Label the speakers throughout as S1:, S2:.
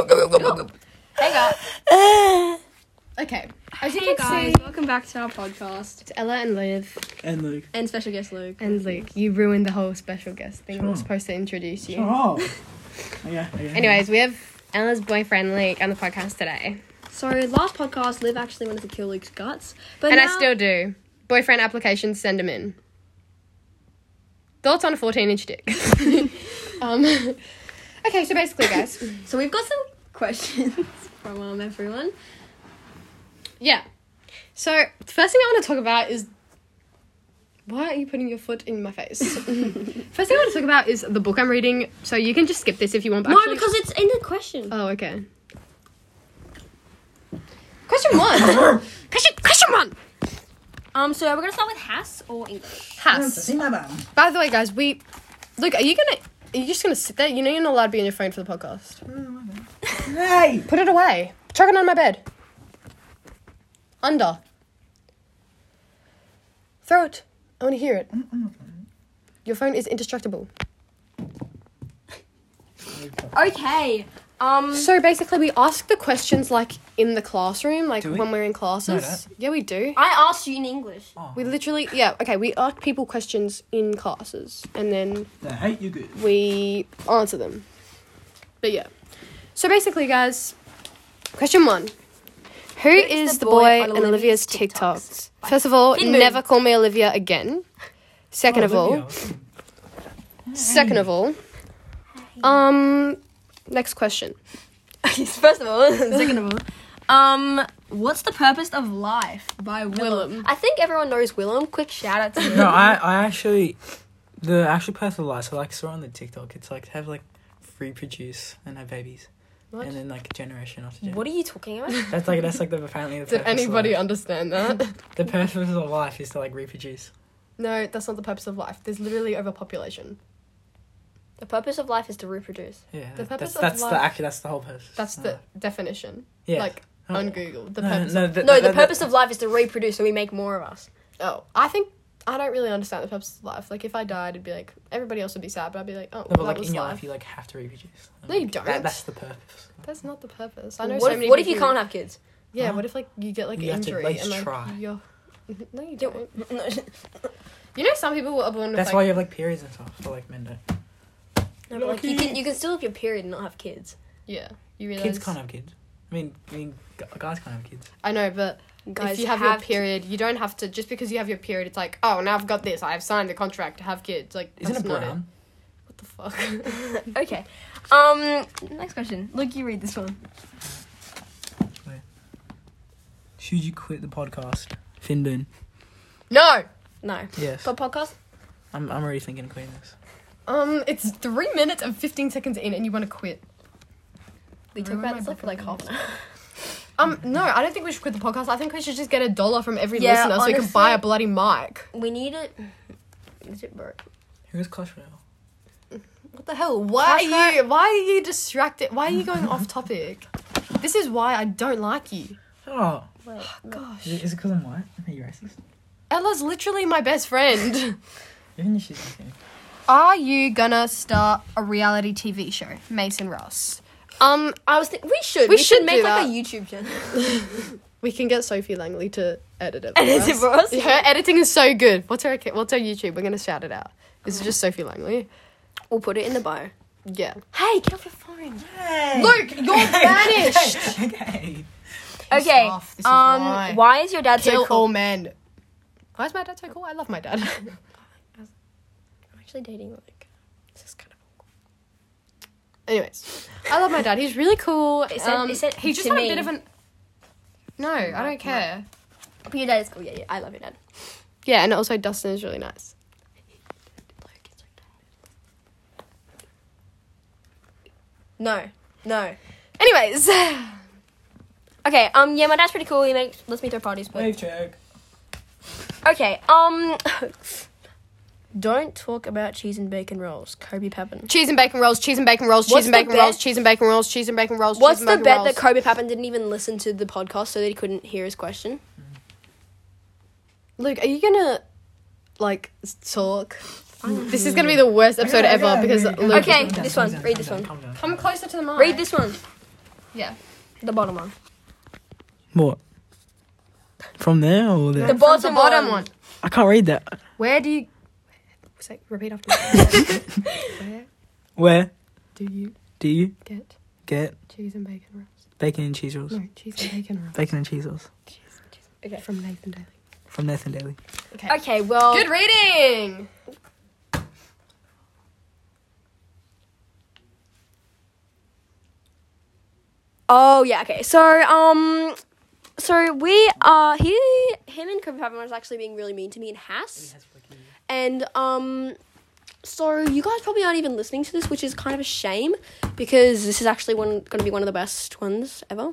S1: Hang up.
S2: Okay. As you can
S1: Hey guys,
S2: see,
S1: welcome back to our podcast.
S2: it's Ella and Liv
S3: And Luke.
S1: And special guest Luke.
S2: and Luke. You ruined the whole special guest thing. I
S3: Sure.
S2: was supposed to introduce you.
S3: Oh. yeah, okay.
S2: Anyways, we have Ella's boyfriend Luke on the podcast today,
S1: So last podcast, Liv actually wanted to kill Luke's guts, but
S2: and
S1: now-
S2: I still do. Boyfriend applications, send them in. Thoughts on a fourteen-inch dick? um, okay, so basically, guys,
S1: So we've got some questions from um, everyone.
S2: yeah. So the first thing I want to talk about is why are you putting your foot in my face? first thing I want to talk about is the book I'm reading. So you can just skip this if you want. But
S1: no,
S2: actually-
S1: because it's in the question.
S2: Oh, okay. Question one. question question one.
S1: Um, so we're gonna start with Hass or English.
S2: Has. By the way, guys, we look. Are you gonna? Are you just gonna sit there? You know, you're not allowed to be on your phone for the podcast.
S3: Hey!
S2: Put it away. Chuck it on my bed. Under. Throw it. I want to hear it. Your phone is indestructible.
S1: Okay. Um,
S2: So basically, we ask the questions like in the classroom, like
S3: Do we?
S2: when we're in classes.
S3: don't.
S2: yeah, we do.
S1: I asked you in English.
S2: We literally, yeah, okay, we ask people questions in classes and then
S3: They hate you good.
S2: we answer them. But yeah. So basically, guys, question one Who is the boy, on Olivia's TikToks? First of all,
S1: Finmoon.
S2: never call me Olivia again. Second of all, second of all, um, next question.
S1: First of all, second of all. Um, what's the purpose of life by
S2: Willem.
S1: I think everyone knows Willem. Quick shout out to him.
S3: No, I, I actually, the actual purpose of life, so like, saw on the TikTok, it's like to have like reproduce and have babies,
S2: What?
S3: and then like generation after generation.
S1: What are you talking about?
S3: That's like that's like the apparently the
S2: Did
S3: purpose
S2: anybody
S3: Of life.
S2: understand that?
S3: The purpose of life is to like reproduce.
S2: no, that's not the purpose of life. There's literally overpopulation.
S1: the purpose of life is to reproduce.
S3: Yeah.
S2: The purpose
S3: that's,
S2: of
S3: that's
S2: life-
S3: the actually that's the whole purpose.
S2: That's
S3: of
S2: the
S3: life.
S2: definition.
S3: Ah. yeah.
S2: Like
S3: Oh.
S2: on Google, the
S3: no,
S2: purpose.
S3: no,
S2: of-
S3: the,
S1: No,
S3: the-
S1: the purpose of life is to reproduce, so we make more of us.
S2: oh, I think I don't really understand the purpose of life. Like if I died, it'd be like everybody else would be sad, but I'd be like, oh,
S3: No, but
S2: well,
S3: like
S2: that was
S3: in your
S2: life.
S3: life, you like have to reproduce.
S2: No, you don't.
S3: That, that's the purpose.
S2: That's not the purpose. I know
S1: What
S2: so
S1: if,
S2: many
S1: what if you
S2: people-
S1: can't have kids?
S2: Yeah,
S3: Huh?
S2: what if like you get like
S3: You
S2: an
S3: have to at
S2: injury
S3: least
S2: and like
S3: try.
S2: you're. No, you
S1: Don't-
S2: don't.
S1: No.
S2: You know, some people were born with
S3: That's
S2: like.
S3: why you have like periods and stuff. But like men don't.
S1: No, but like, you can you can still have your period and not have kids.
S2: yeah, you realize.
S3: Kids can't have kids. I mean, I mean, gu- guys can't have kids.
S2: I know, but
S1: Guys
S2: if you have, your
S1: have to-
S2: period, you don't have to just because you have your period. It's like, oh, now I've got this. I've signed the contract to have kids. Like,
S3: Isn't
S2: that's
S3: it
S2: not
S3: brown?
S2: What the fuck?
S1: Okay. Um. Next question. Look, you read this one.
S3: Should you quit the podcast, Findon?
S2: no.
S1: No.
S3: Yes.
S1: But podcast.
S3: I'm, I'm already thinking of quitting this.
S2: Um, it's three minutes and fifteen seconds in, and you want to quit.
S1: We talk
S2: Ruin
S1: about
S2: my
S1: this like for like half an hour.
S2: Um, no, I don't think we should quit the podcast. I think we should just get a dollar from every
S1: Yeah,
S2: listener so we can buy a
S1: honestly-
S2: bloody mic.
S1: We need it. Is it broke?
S3: Who is Clash Royale?
S2: What the hell? Oh, Why are you? Why are you distracted? Why are you going off topic? This is why I don't like you.
S3: Oh,
S1: Wait.
S2: Gosh,
S3: is it- is it because I'm white? Are you racist?
S2: Ella's literally my best friend.
S3: Even if she's listening.
S2: Are you gonna start a reality TV show, Mason Ross? Um,
S1: I was thinking we should.
S2: We should do that.
S1: YouTube channel.
S2: we can get Sophie Langley to edit it.
S1: Edit it for us?
S2: Her editing is so good. What's her? What's her YouTube? We're gonna shout it out. Is it just Sophie Langley?
S1: We'll put it in the bio.
S2: Yeah.
S1: Hey, get off your phone.
S3: Hey!
S2: Luke, you're banished.
S3: okay.
S1: Okay.
S2: off. This is
S1: um.
S2: why.
S1: Why is your dad
S2: Kill
S1: so cool?
S2: all men. Why is my dad so cool? I love my dad.
S1: I'm actually dating like. This is kind of.
S2: Anyways, I love my dad. He's really cool.
S1: It said-
S2: um,
S1: it said
S2: he's just
S1: to
S2: had a
S1: me.
S2: bit of an. No, I don't care.
S1: But your dad is cool. Yeah, yeah. I love your dad.
S2: Yeah, and also Dustin is really nice.
S1: No. No.
S2: Anyways,
S1: Okay. Um. Yeah, my dad's pretty cool. He makes lets me throw parties. But
S3: Wave check.
S1: Okay, um Don't talk about cheese and bacon rolls, Kobe Pappen.
S2: cheese and bacon rolls, cheese and bacon rolls, cheese
S1: What's
S2: and
S1: the
S2: bacon rolls,
S1: bet-
S2: cheese and bacon rolls, cheese and bacon rolls.
S1: What's
S2: cheese
S1: the
S2: and bacon
S1: bet that
S2: rolls.
S1: Kobe Pappen didn't even listen to the podcast so that he couldn't hear his question?
S2: Luke, are you gonna like s- talk? This is gonna be the worst episode ever because Luke.
S1: Okay. this one. Read this one.
S2: Come closer to the mic.
S1: Read this one,
S2: Yeah.
S1: the bottom one.
S3: What? From there or
S1: The
S3: there?
S1: bottom,
S2: the bottom one.
S3: I can't read that.
S2: Where do you? Say, repeat after me. Where
S3: Where
S2: do you
S3: do you
S2: get
S3: get
S2: cheese and bacon rolls?
S3: bacon and cheese rolls?
S2: No, cheese and bacon rolls
S3: Bacon and cheese rolls
S1: Okay.
S2: from Nathan Daly.
S3: from Nathan Daly.
S2: Okay.
S1: Okay, well,
S2: Good reading.
S1: Oh yeah, okay. So um, so we uh he him and Cooper Pavlin was actually being really mean to me in Hass, and um, so you guys probably aren't even listening to this, which is kind of a shame because this is actually one gonna be one of the best ones ever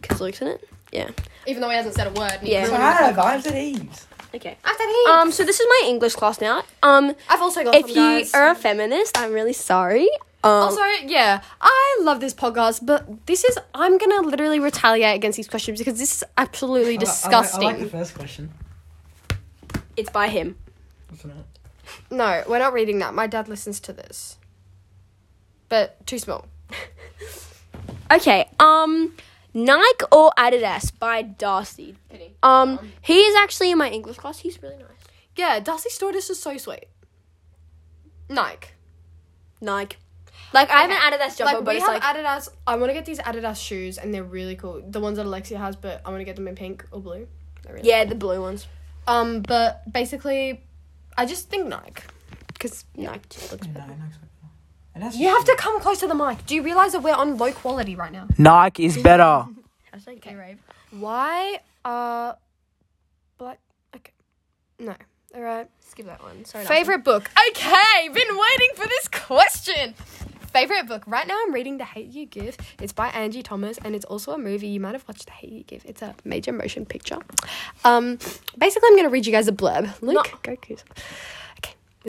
S1: because Luke's in it. Yeah.
S2: Even though he hasn't said a word.
S1: Yeah.
S2: I've
S3: I've said Eves.
S1: Okay.
S2: said he.
S1: Um, so this is my English class now. Um,
S2: I've also got
S1: if
S2: some
S1: you
S2: guys.
S1: are a feminist, I'm really sorry. Um,
S2: Also, yeah, I love this podcast, but this is I'm gonna literally retaliate against these questions because this is absolutely disgusting.
S3: first question.
S1: it's by him.
S2: No, we're not reading that. My dad listens to this, but too small.
S1: Okay. Um, Nike or Adidas by Darcy.
S2: Pity.
S1: Um, he is actually in my English class. He's really nice.
S2: Yeah, Darcy Stewardess is so sweet. Nike.
S1: Nike. Like I have an Adidas jumper,
S2: Like
S1: but
S2: we
S1: it's
S2: have
S1: like
S2: Adidas. I want to get these Adidas shoes, and they're really cool. The ones that Alexia has, but I want to get them in pink or blue. They're really
S1: yeah, the blue ones.
S2: Um, but basically, I just think Nike. Because
S1: Nike just looks better.
S2: you have to come close to the mic. Do you realize that we're on low quality right now?
S3: Nike is better.
S1: Okay.
S2: Why are black? Okay, no. All right.
S1: Skip that one. Sorry.
S2: Favorite book. Okay, been waiting for this question. Favorite book. Right now, I'm reading The Hate You Give. It's by Angie Thomas, and it's also a movie. You might have watched The Hate You Give. It's a major motion picture. Um, basically, I'm gonna read you guys a blurb. Luke, go Goku's.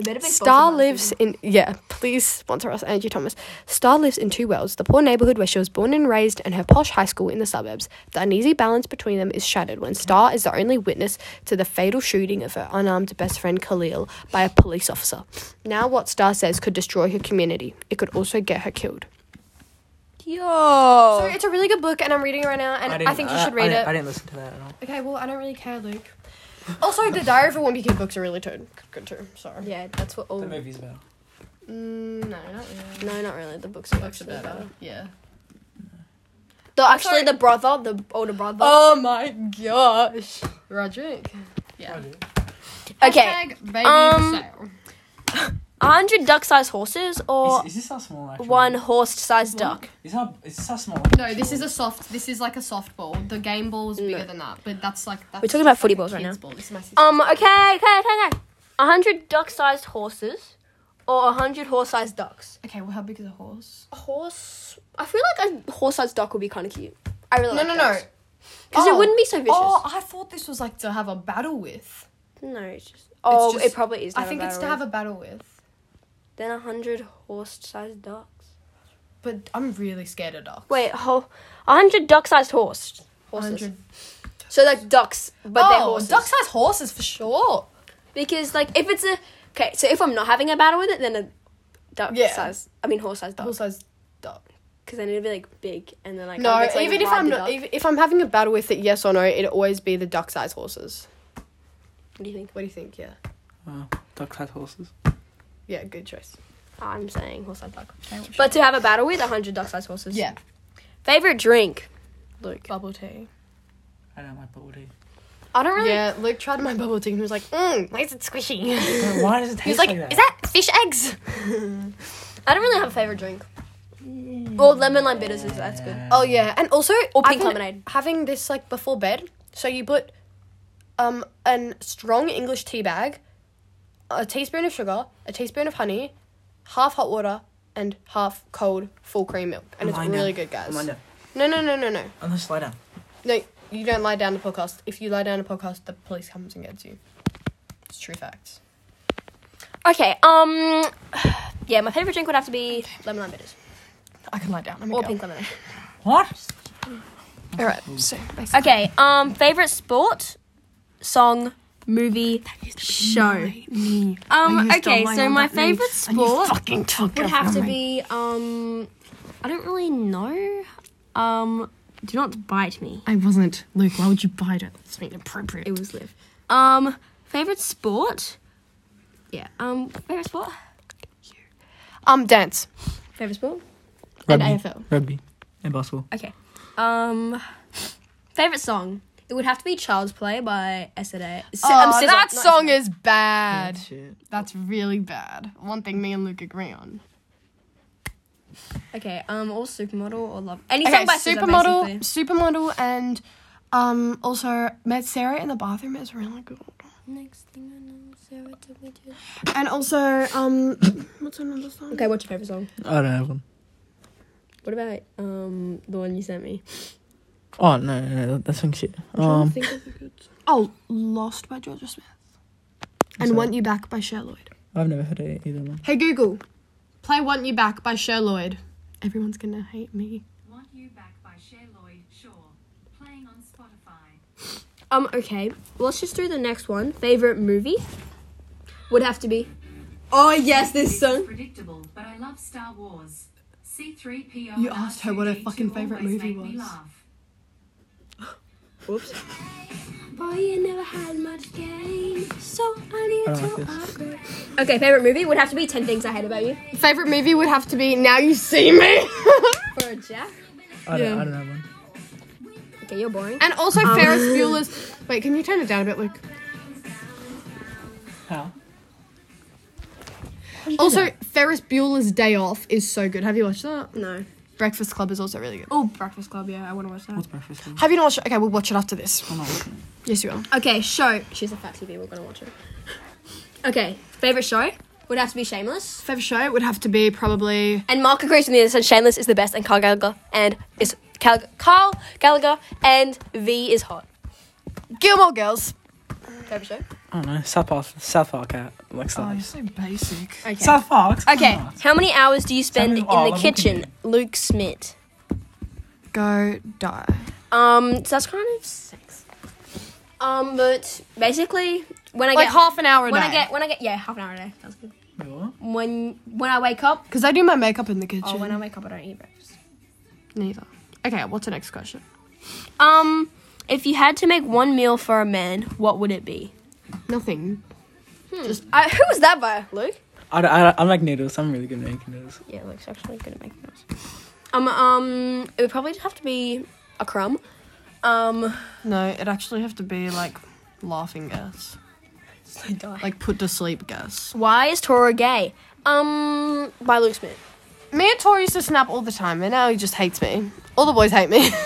S1: better be
S2: Star lives in yeah. Please sponsor us, Angie Thomas. Star lives in two worlds: the poor neighborhood where she was born and raised, and her posh high school in the suburbs. The uneasy balance between them is shattered when Star is the only witness to the fatal shooting of her unarmed best friend Khalil by a police officer. Now, what Star says could destroy her community. It could also get her killed.
S1: Yo.
S2: So it's a really good book, and I'm reading it right now, and I, think you should read
S3: Oh. I,
S2: it.
S3: I didn't listen to that at all.
S2: okay, well, I don't really care, Luke. Also, the Diary of a Wimpy Kid books are really good, good too. Sorry.
S1: yeah, that's what all.
S3: The movie's better.
S2: Mm, no, not really.
S1: No, not really. The books are actually better.
S2: Yeah.
S1: The actually
S2: Sorry.
S1: the brother, the older brother.
S2: Oh my gosh. Roderick. Yeah.
S1: okay.
S2: baby
S1: Um, A hundred duck-sized horses or
S3: is, this how small? Actual?
S1: one horse-sized duck.
S3: Is how is this how small?
S2: No, this is a soft. This is like a soft ball. The game ball is bigger than that, but that's like. That's
S1: We're talking about
S2: just
S1: footy
S2: like a
S1: balls right
S2: kid's
S1: now.
S2: Ball. This is my sister's
S1: Um,
S2: ball.
S1: okay, okay, okay, okay. A hundred duck-sized horses or a hundred horse-sized ducks?
S2: Okay, well, how big is a horse?
S1: A horse... I feel like a horse-sized duck would be kind of cute. I really
S2: No,
S1: like
S2: no, no.
S1: Because it wouldn't be so vicious.
S2: Oh, I thought this was like to have a battle with.
S1: No, it's just... Oh,
S2: just-
S1: it probably is.
S2: I think it's to have a battle with.
S1: Then a hundred horse-sized ducks.
S2: But I'm really scared of ducks.
S1: Wait, ho- a hundred duck-sized horse. Horses.
S2: 100.
S1: So, like, ducks, but they're
S2: Oh,
S1: horses.
S2: ducks has horses for sure.
S1: Because, like, if it's a... Okay, so if I'm not having a battle with it, then a
S2: Yeah.
S1: duck-sized... I mean, horse-sized duck.
S2: Horse-sized duck.
S1: Because then it'd be, like, big. And then, like...
S2: No,
S1: I'd, like,
S2: even if
S1: ride
S2: I'm
S1: the
S2: not,
S1: duck.
S2: if, if I'm having a battle with it, yes or no, it'd always be the duck sized horses.
S1: What do you think?
S2: What do you think? Yeah,
S3: Wow, duck sized horses.
S2: yeah, good choice.
S1: I'm saying horse-sized duck. But to have a battle with a hundred duck-sized horses.
S2: yeah,
S1: Favorite drink? Luke.
S2: bubble tea.
S3: I don't like bubble tea.
S1: I don't really.
S2: Yeah, Luke tried my bubble tea and he was like, mm, why is it squishy? he
S3: Why does it taste
S2: was like,
S3: like that?
S2: is that fish eggs?
S1: I don't really have a favorite drink. Well, lemon lime bitters is that's good.
S2: Oh yeah, and also
S1: Or
S2: I've
S1: pink
S2: been
S1: lemonade.
S2: Having this like before bed, so you put um an strong English tea bag, a teaspoon of sugar, a teaspoon of honey, half hot water, and half cold full cream milk, and it's
S3: Mine now.
S2: really good, guys.
S3: Mine now.
S2: No, no, no, no, no.
S3: I'm gonna slow down.
S2: No, you don't lie down to podcast. If you lie down to podcast, the police comes and gets you. It's true facts.
S1: Okay. Um. Yeah, my favorite drink would have to be lemon lime bitters
S2: I can lie down. I'm
S1: or pink lemonade.
S3: What?
S2: All right. So
S1: Okay. Um. Favorite sport, song, movie, show. Um, okay, so my favorite sport
S3: fucking took
S1: would have to be um, I don't really know. Um, do not bite me.
S4: I wasn't. Luke, why would you bite it? That's inappropriate.
S1: It was live. Um, favorite sport. Yeah. Um, favorite sport.
S4: um, dance.
S1: Favorite sport.
S3: rugby.
S1: and AFL.
S3: Rugby and basketball.
S1: Okay. Um, favorite song. It would have to be "Child's Play" by SZA. S-
S4: Oh,
S1: um, SZA,
S4: that
S1: not
S4: song
S1: SZA.
S4: is bad.
S3: Shit.
S4: That's really bad. One thing me and Luke agree on.
S1: Okay. Um, or supermodel or love. Any
S4: Okay,
S1: song by SZA,
S4: supermodel,
S1: basically.
S4: supermodel, and um, also met Sarah in the bathroom is
S1: Oh
S4: really good.
S1: Next thing I know, Sarah took me to.
S4: And also, um, what's another song?
S1: Okay, what's your favorite song?
S3: I don't have one.
S1: What about um the one you sent me?
S3: Oh no, no, no that song's shit.
S4: Um,
S3: Um,
S4: oh, Lost by Georgia Smith. And
S3: Sorry.
S4: Want You Back by Cher Lloyd.
S3: I've never heard it either. One.
S4: Hey Google, play Want You Back by Cher Lloyd. Everyone's gonna hate me.
S5: Want You Back by Cher Lloyd Shaw. Playing on Spotify.
S1: Um. Okay. Well, let's just do the next one. Favorite movie would have to be. Oh yes, this
S5: It's
S1: song.
S5: predictable, but I love Star Wars. C3PO.
S4: You asked her what her fucking favourite movie was.
S1: Whoops. Boy, you never had much game, so I
S3: I
S1: need
S3: don't like this.
S1: upgrade. Okay, favorite movie would have to be Ten Things I Hate About You.
S4: Favorite movie would have to be Now You See Me.
S1: For a Jack.
S3: I don't,
S4: Yeah.
S3: I don't have one.
S1: Okay, you're boring.
S4: and also
S1: Um,
S4: Ferris Bueller's. Wait, can you turn it down a bit, Luke?
S3: How?
S4: Also, Ferris Bueller's Day Off is so good. Have you watched that?
S1: No.
S4: Breakfast Club is also really good.
S1: Oh, Breakfast Club. Yeah, I want to watch that.
S3: What's breakfast? Club?
S4: Have you not watched it? Okay, we'll watch it after this.
S3: I'm not listening.
S4: Yes, you will.
S1: Okay, show. She's a fat TV. We're gonna watch it. Okay, favorite show would have to be Shameless.
S4: Favorite show would have to be probably.
S1: And Mark agrees with me and said Shameless is the best, and Carl Gallagher and is Cal- Carl Gallagher and V is hot.
S4: Gilmore Girls.
S1: Favorite show.
S3: I don't know. South Park. South Park at
S4: Oh,
S3: like South. Park.
S4: so basic.
S1: Okay.
S3: South Park.
S1: okay. How many hours do you spend in
S3: Samuel- oh,
S1: the
S3: I'm
S1: kitchen,
S3: looking
S1: Luke Smith?
S4: Go die.
S1: Um, so that's kind of six. Um, but basically, when I
S4: Like
S1: get
S4: half an hour a
S1: when
S4: day.
S1: I get when I get yeah half an hour a day. That's good.
S3: Wait, what?
S1: When when I wake up,
S4: Because I do my makeup in the kitchen.
S1: oh, when I wake up, I don't eat breakfast.
S4: Neither. Okay, what's the next question?
S1: Um, if you had to make one meal for a man, what would it be?
S4: Nothing.
S1: Just I, who was that by Luke?
S3: I, don't- I, don't- I like noodles. I'm really good at making noodles.
S1: Yeah, Luke's actually good at making those. Um, um, it would probably have to be a crumb. Um,
S4: No, it'd actually have to be like laughing gas. Like put to sleep gas.
S1: why is Tora gay? Um, by Luke Smith.
S4: Me and Tori used to snap all the time, and now he just hates me. All the boys hate me.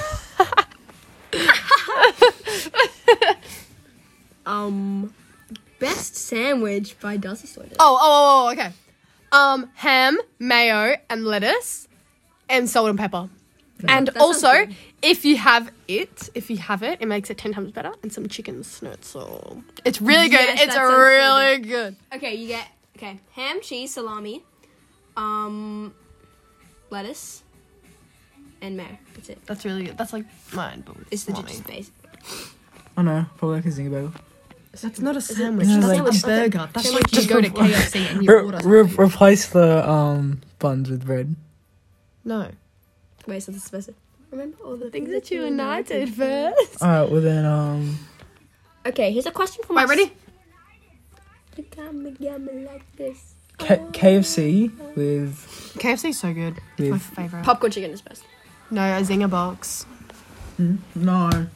S1: Um, best sandwich by Darcy Stoydale.
S4: Oh, oh, oh, oh, okay. Um, ham, mayo, and lettuce, and salt and pepper. And
S1: That sounds
S4: also,
S1: good.
S4: if you have it, if you have it, it makes it ten times better. And some chicken schnitzel. It's really good.
S1: Yes, that
S4: it's
S1: sounds really
S4: really good.
S1: Okay, you get okay ham, cheese, salami, um, lettuce, and mayo. That's it.
S4: That's really good. That's like mine, but with
S1: It's the
S4: salami.
S1: just base.
S3: I know. Probably like a zinger bagel.
S4: That's not a sandwich.
S3: No,
S4: That's
S3: like-
S4: like a burger. That's like you go to KFC and you
S3: Re-
S4: order.
S3: re- replace the um buns with bread.
S4: No.
S1: Wait, so this is Remember all the
S4: Things that you united first.
S3: All right. Well then, um,
S1: Okay, here's a question for
S4: Wait,
S1: my.
S4: ready? Oh.
S3: K- KFC with
S4: KFC's so good. It's my
S3: With-
S4: favorite.
S1: Popcorn chicken is best.
S4: No, a zinger box.
S3: no.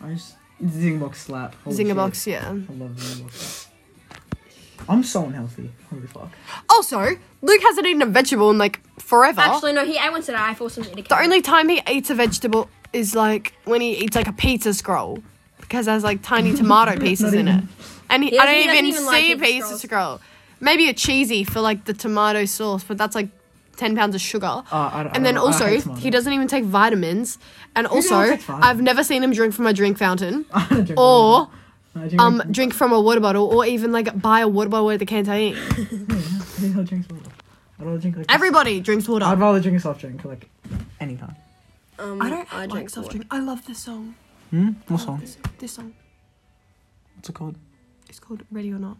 S3: I just zinger box slap. Holy
S4: zinger
S3: Oh, shit.
S4: box, yeah.
S3: I love zinger box. I'm so unhealthy. Holy fuck.
S4: Also, Luke hasn't eaten a vegetable in like forever.
S1: Actually, no. He I once said I forced him to eat a.
S4: the
S1: carrot.
S4: only time he eats a vegetable is like when he eats like a pizza scroll because there's like tiny tomato pieces in it, and he,
S1: He
S4: I
S1: doesn't- he
S4: don't
S1: doesn't
S4: even,
S1: even like
S4: see a
S1: pizza
S4: pizza
S1: scrolls.
S4: scroll. Maybe a cheesy for like the tomato sauce, but that's like ten pounds of sugar.
S3: Uh, I don't- I
S4: and then
S3: don't- I
S4: also
S3: hate tomatoes.
S4: he doesn't even take vitamins, and
S3: doesn't
S4: also
S3: take vitamins?
S4: I've never seen him drink from a drink fountain
S3: Drink
S4: or
S3: water. I drink-
S4: um drink from a water bottle or even like buy a water bottle at the canteen.
S3: I think I'll drink some water. I'd rather drink like a-
S4: Everybody drinks water.
S3: I'd rather drink a soft drink like anytime.
S1: Um,
S4: I don't like
S1: drink
S4: soft
S1: water.
S4: drink. I love this song.
S3: Hmm. What song?
S4: This song.
S3: What's it called?
S4: It's called Ready or Not.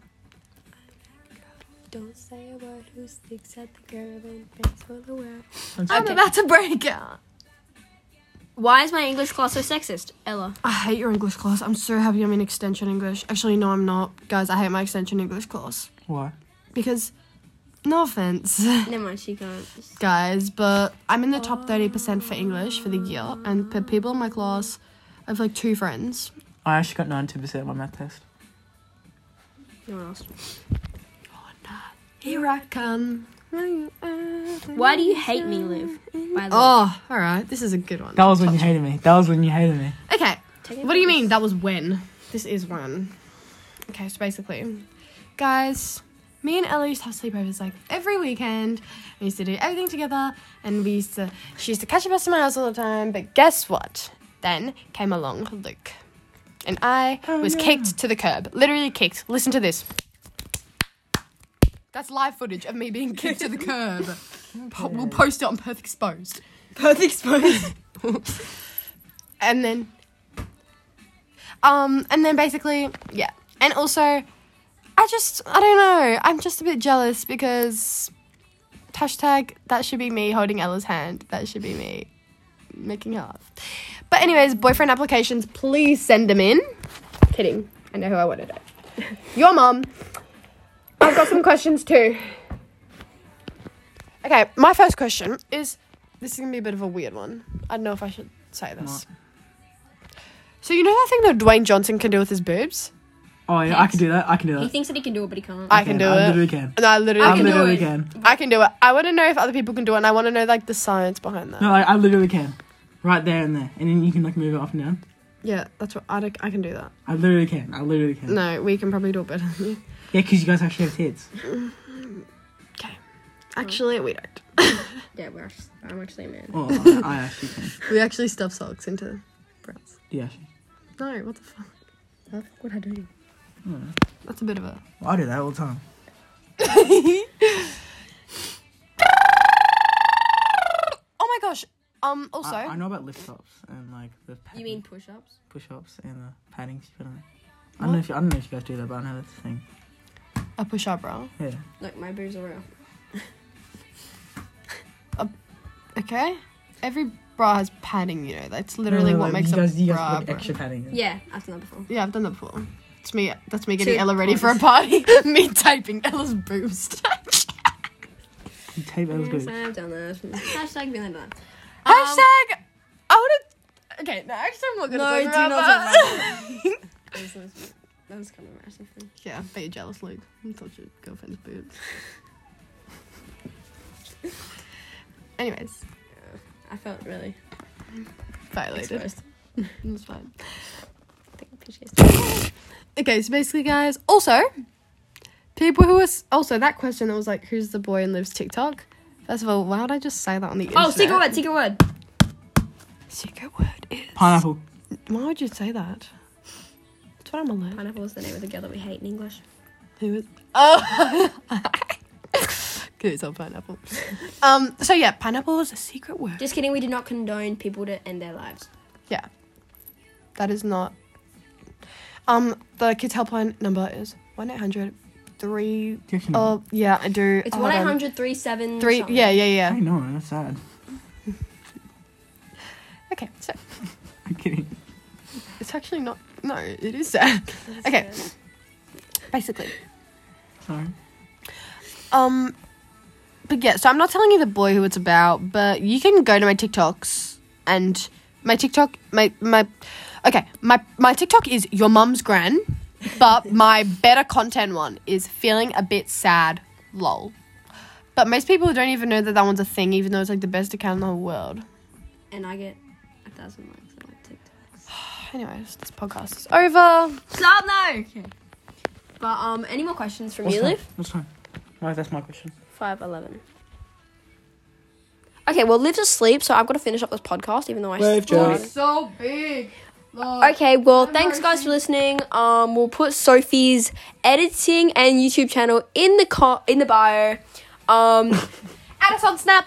S1: Don't say a word. Who sticks at the girl and pays for the world?
S3: I'm
S1: I'm about to break out. Why is my English class so sexist, Ella?
S4: I hate your English class. I'm so happy I'm in extension English. Actually, no, I'm not. Guys, I hate my extension English class.
S3: Why?
S4: Because, no offense,
S1: Never mind, she can't.
S4: guys, but I'm in the top 30% for English for the year. And the people in my class, I have like two friends.
S3: I actually got ninety-two percent on my math test.
S1: No one else.
S4: Here I come.
S1: Why do you hate me, Liv? By the
S4: Oh, all right. This is a good one.
S3: That was when you hated me. That was when you hated me.
S4: Okay.
S1: Take it
S4: What do you
S1: back.
S4: mean? That was when? This is when. Okay, so basically, guys, me and Ellie used to have sleepovers like every weekend. We used to do everything together, and we used to. She used to catch a bus to my house all the time. But guess what? Then came along Luke, and I was kicked to the curb. Literally kicked. Listen to this. That's live footage of me being kicked to the curb. Po- We'll post it on Perth Exposed. Perth Exposed. and then um, and then basically, yeah. And also, I just, I don't know. I'm just a bit jealous because hashtag that should be me holding Ella's hand. That should be me making her laugh. But anyways, boyfriend applications, please send them in. Kidding. I know who I wanted it. Your mum. I've got some questions too. Okay, my first question is this is gonna be a bit of a weird one. I don't know if I should say this. So you know that thing that Dwayne Johnson can do with his boobs?
S3: Oh yeah, I can do that. I can do that.
S1: He thinks that he can do it, but he can't.
S4: I can do
S3: I
S4: it.
S3: literally can.
S4: No, I literally
S3: I
S4: can do
S3: literally
S1: it.
S3: can.
S4: it. I can do it. I want to know if other people can do it, and I want to know like the science behind that.
S3: No, like, I literally can. Right there and there, and then you can like move it up and down.
S4: Yeah, that's what I, do- I can do that.
S3: I literally can. I literally can.
S4: No, we can probably do it better. Than you.
S3: Yeah, because you guys actually have tits.
S4: Actually, we don't.
S1: Yeah, we're, act- I'm actually a man.
S3: Oh, I, I actually can.
S4: We actually stuff socks into breasts.
S3: Yeah, actually.
S4: No, what the fuck? Hmm.
S1: What the fuck would I do?
S4: That's a bit of a.
S3: Well, I do that all the time.
S4: Oh my gosh. Um. Also,
S1: Uh,
S3: I, I know about lift ups and like the padding,
S1: You mean push-ups?
S3: push ups and the padding you put on it. I don't know if you, I don't know if you guys do that, but I know that's a thing.
S1: uh.
S4: a push-up bra.
S3: Yeah.
S1: Look, my boobs are real.
S4: Okay. Every bra has padding. You know, that's literally
S3: No, no,
S4: what
S3: no,
S4: makes
S3: you guys,
S4: a
S3: you guys
S4: bra.
S3: put
S4: a bra.
S3: extra padding. In.
S1: Yeah, I've done that before.
S4: Yeah, I've done that before. It's me. That's me getting
S1: Two
S4: Ella ready for a
S1: points.
S4: party. me taping Ella's boobs.
S3: You tape those
S1: Yes,
S3: boobs.
S1: I've done that. Hashtag been done.
S4: Hashtag. I would. Okay, Um, no, actually, I'm not gonna.
S1: No,
S4: talk
S1: do
S4: about
S1: not
S4: that.
S1: That was, that was kind of embarrassing for me.
S4: Yeah, but you're jealous, Luke. You thought your girlfriend's boobs. Anyways,
S1: I felt really
S4: violated.
S1: exposed.
S4: It's fine.
S1: I think PJ's.
S4: Okay, so basically, guys. Also, people who was also that question that was like, "Who's the boy and lives TikTok?" First of all, why would I just say that on the internet?
S1: Oh, secret word, secret word.
S4: Secret word is.
S3: Pineapple.
S4: Why would you say that? That's what I'm alone.
S1: Pineapple is the name of the girl that we hate in English.
S4: Who is? Oh, good. It's all pineapple. Um. So yeah, pineapple is a secret word.
S1: Just kidding, we do not condone people to end their lives.
S4: Yeah, that is not. Um. The kids helpline number is one eight hundred three.
S3: Do you actually know?
S4: Oh yeah, I do.
S1: It's
S4: Hold on.
S1: 1 37
S4: Three. Yeah, yeah,
S3: I
S4: yeah.
S3: know. That's sad.
S4: Okay. So
S3: I'm kidding.
S4: it's actually not. No, it is sad. Okay. Basically.
S3: Sorry.
S4: Um, but yeah, so I'm not telling you the boy who it's about, but you can go to my TikToks and my TikTok, my my, okay, my my TikTok is your mum's gran, but my better content one is feeling a bit sad, lol. But most people don't even know that that one's a thing, even though it's like the best account in the whole world.
S1: And I get a thousand likes on my TikTok.
S4: Anyways, this podcast is over.
S1: Stop, no! Okay. But, um, any more questions from you,
S3: What's
S1: Liv?
S3: time? What's time? No, that's my question.
S1: 511. Okay, well, Liv's asleep, so I've got to finish up this podcast, even though I
S3: Wave, Joey.
S1: started.
S4: So big. Oh,
S1: Okay, well, thanks guys for listening. Um, we'll put Sophie's editing and YouTube channel in the co- in the bio. Um,
S4: Add us on Snap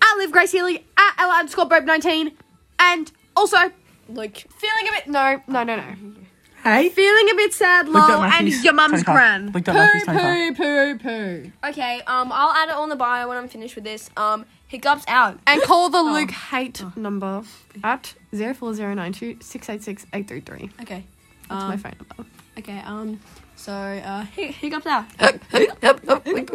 S4: at Live Grace Healy at Ella underscore Brope nineteen, and also
S1: like
S4: feeling a bit no no no no.
S3: Hey.
S4: Feeling a bit sad, lol, and your mum's gran.
S3: Looked
S4: Poo,
S3: up Matthew's twenty-five.
S4: poo, poo, poo.
S1: Okay, um, I'll add it on the bio when I'm finished with this. Um, hiccups out.
S4: And call the Luke Hate number Oh. at 0409268683. That's
S1: Okay.
S4: my
S1: Um,
S4: phone number.
S1: okay, um, so, uh, hic- hiccups out.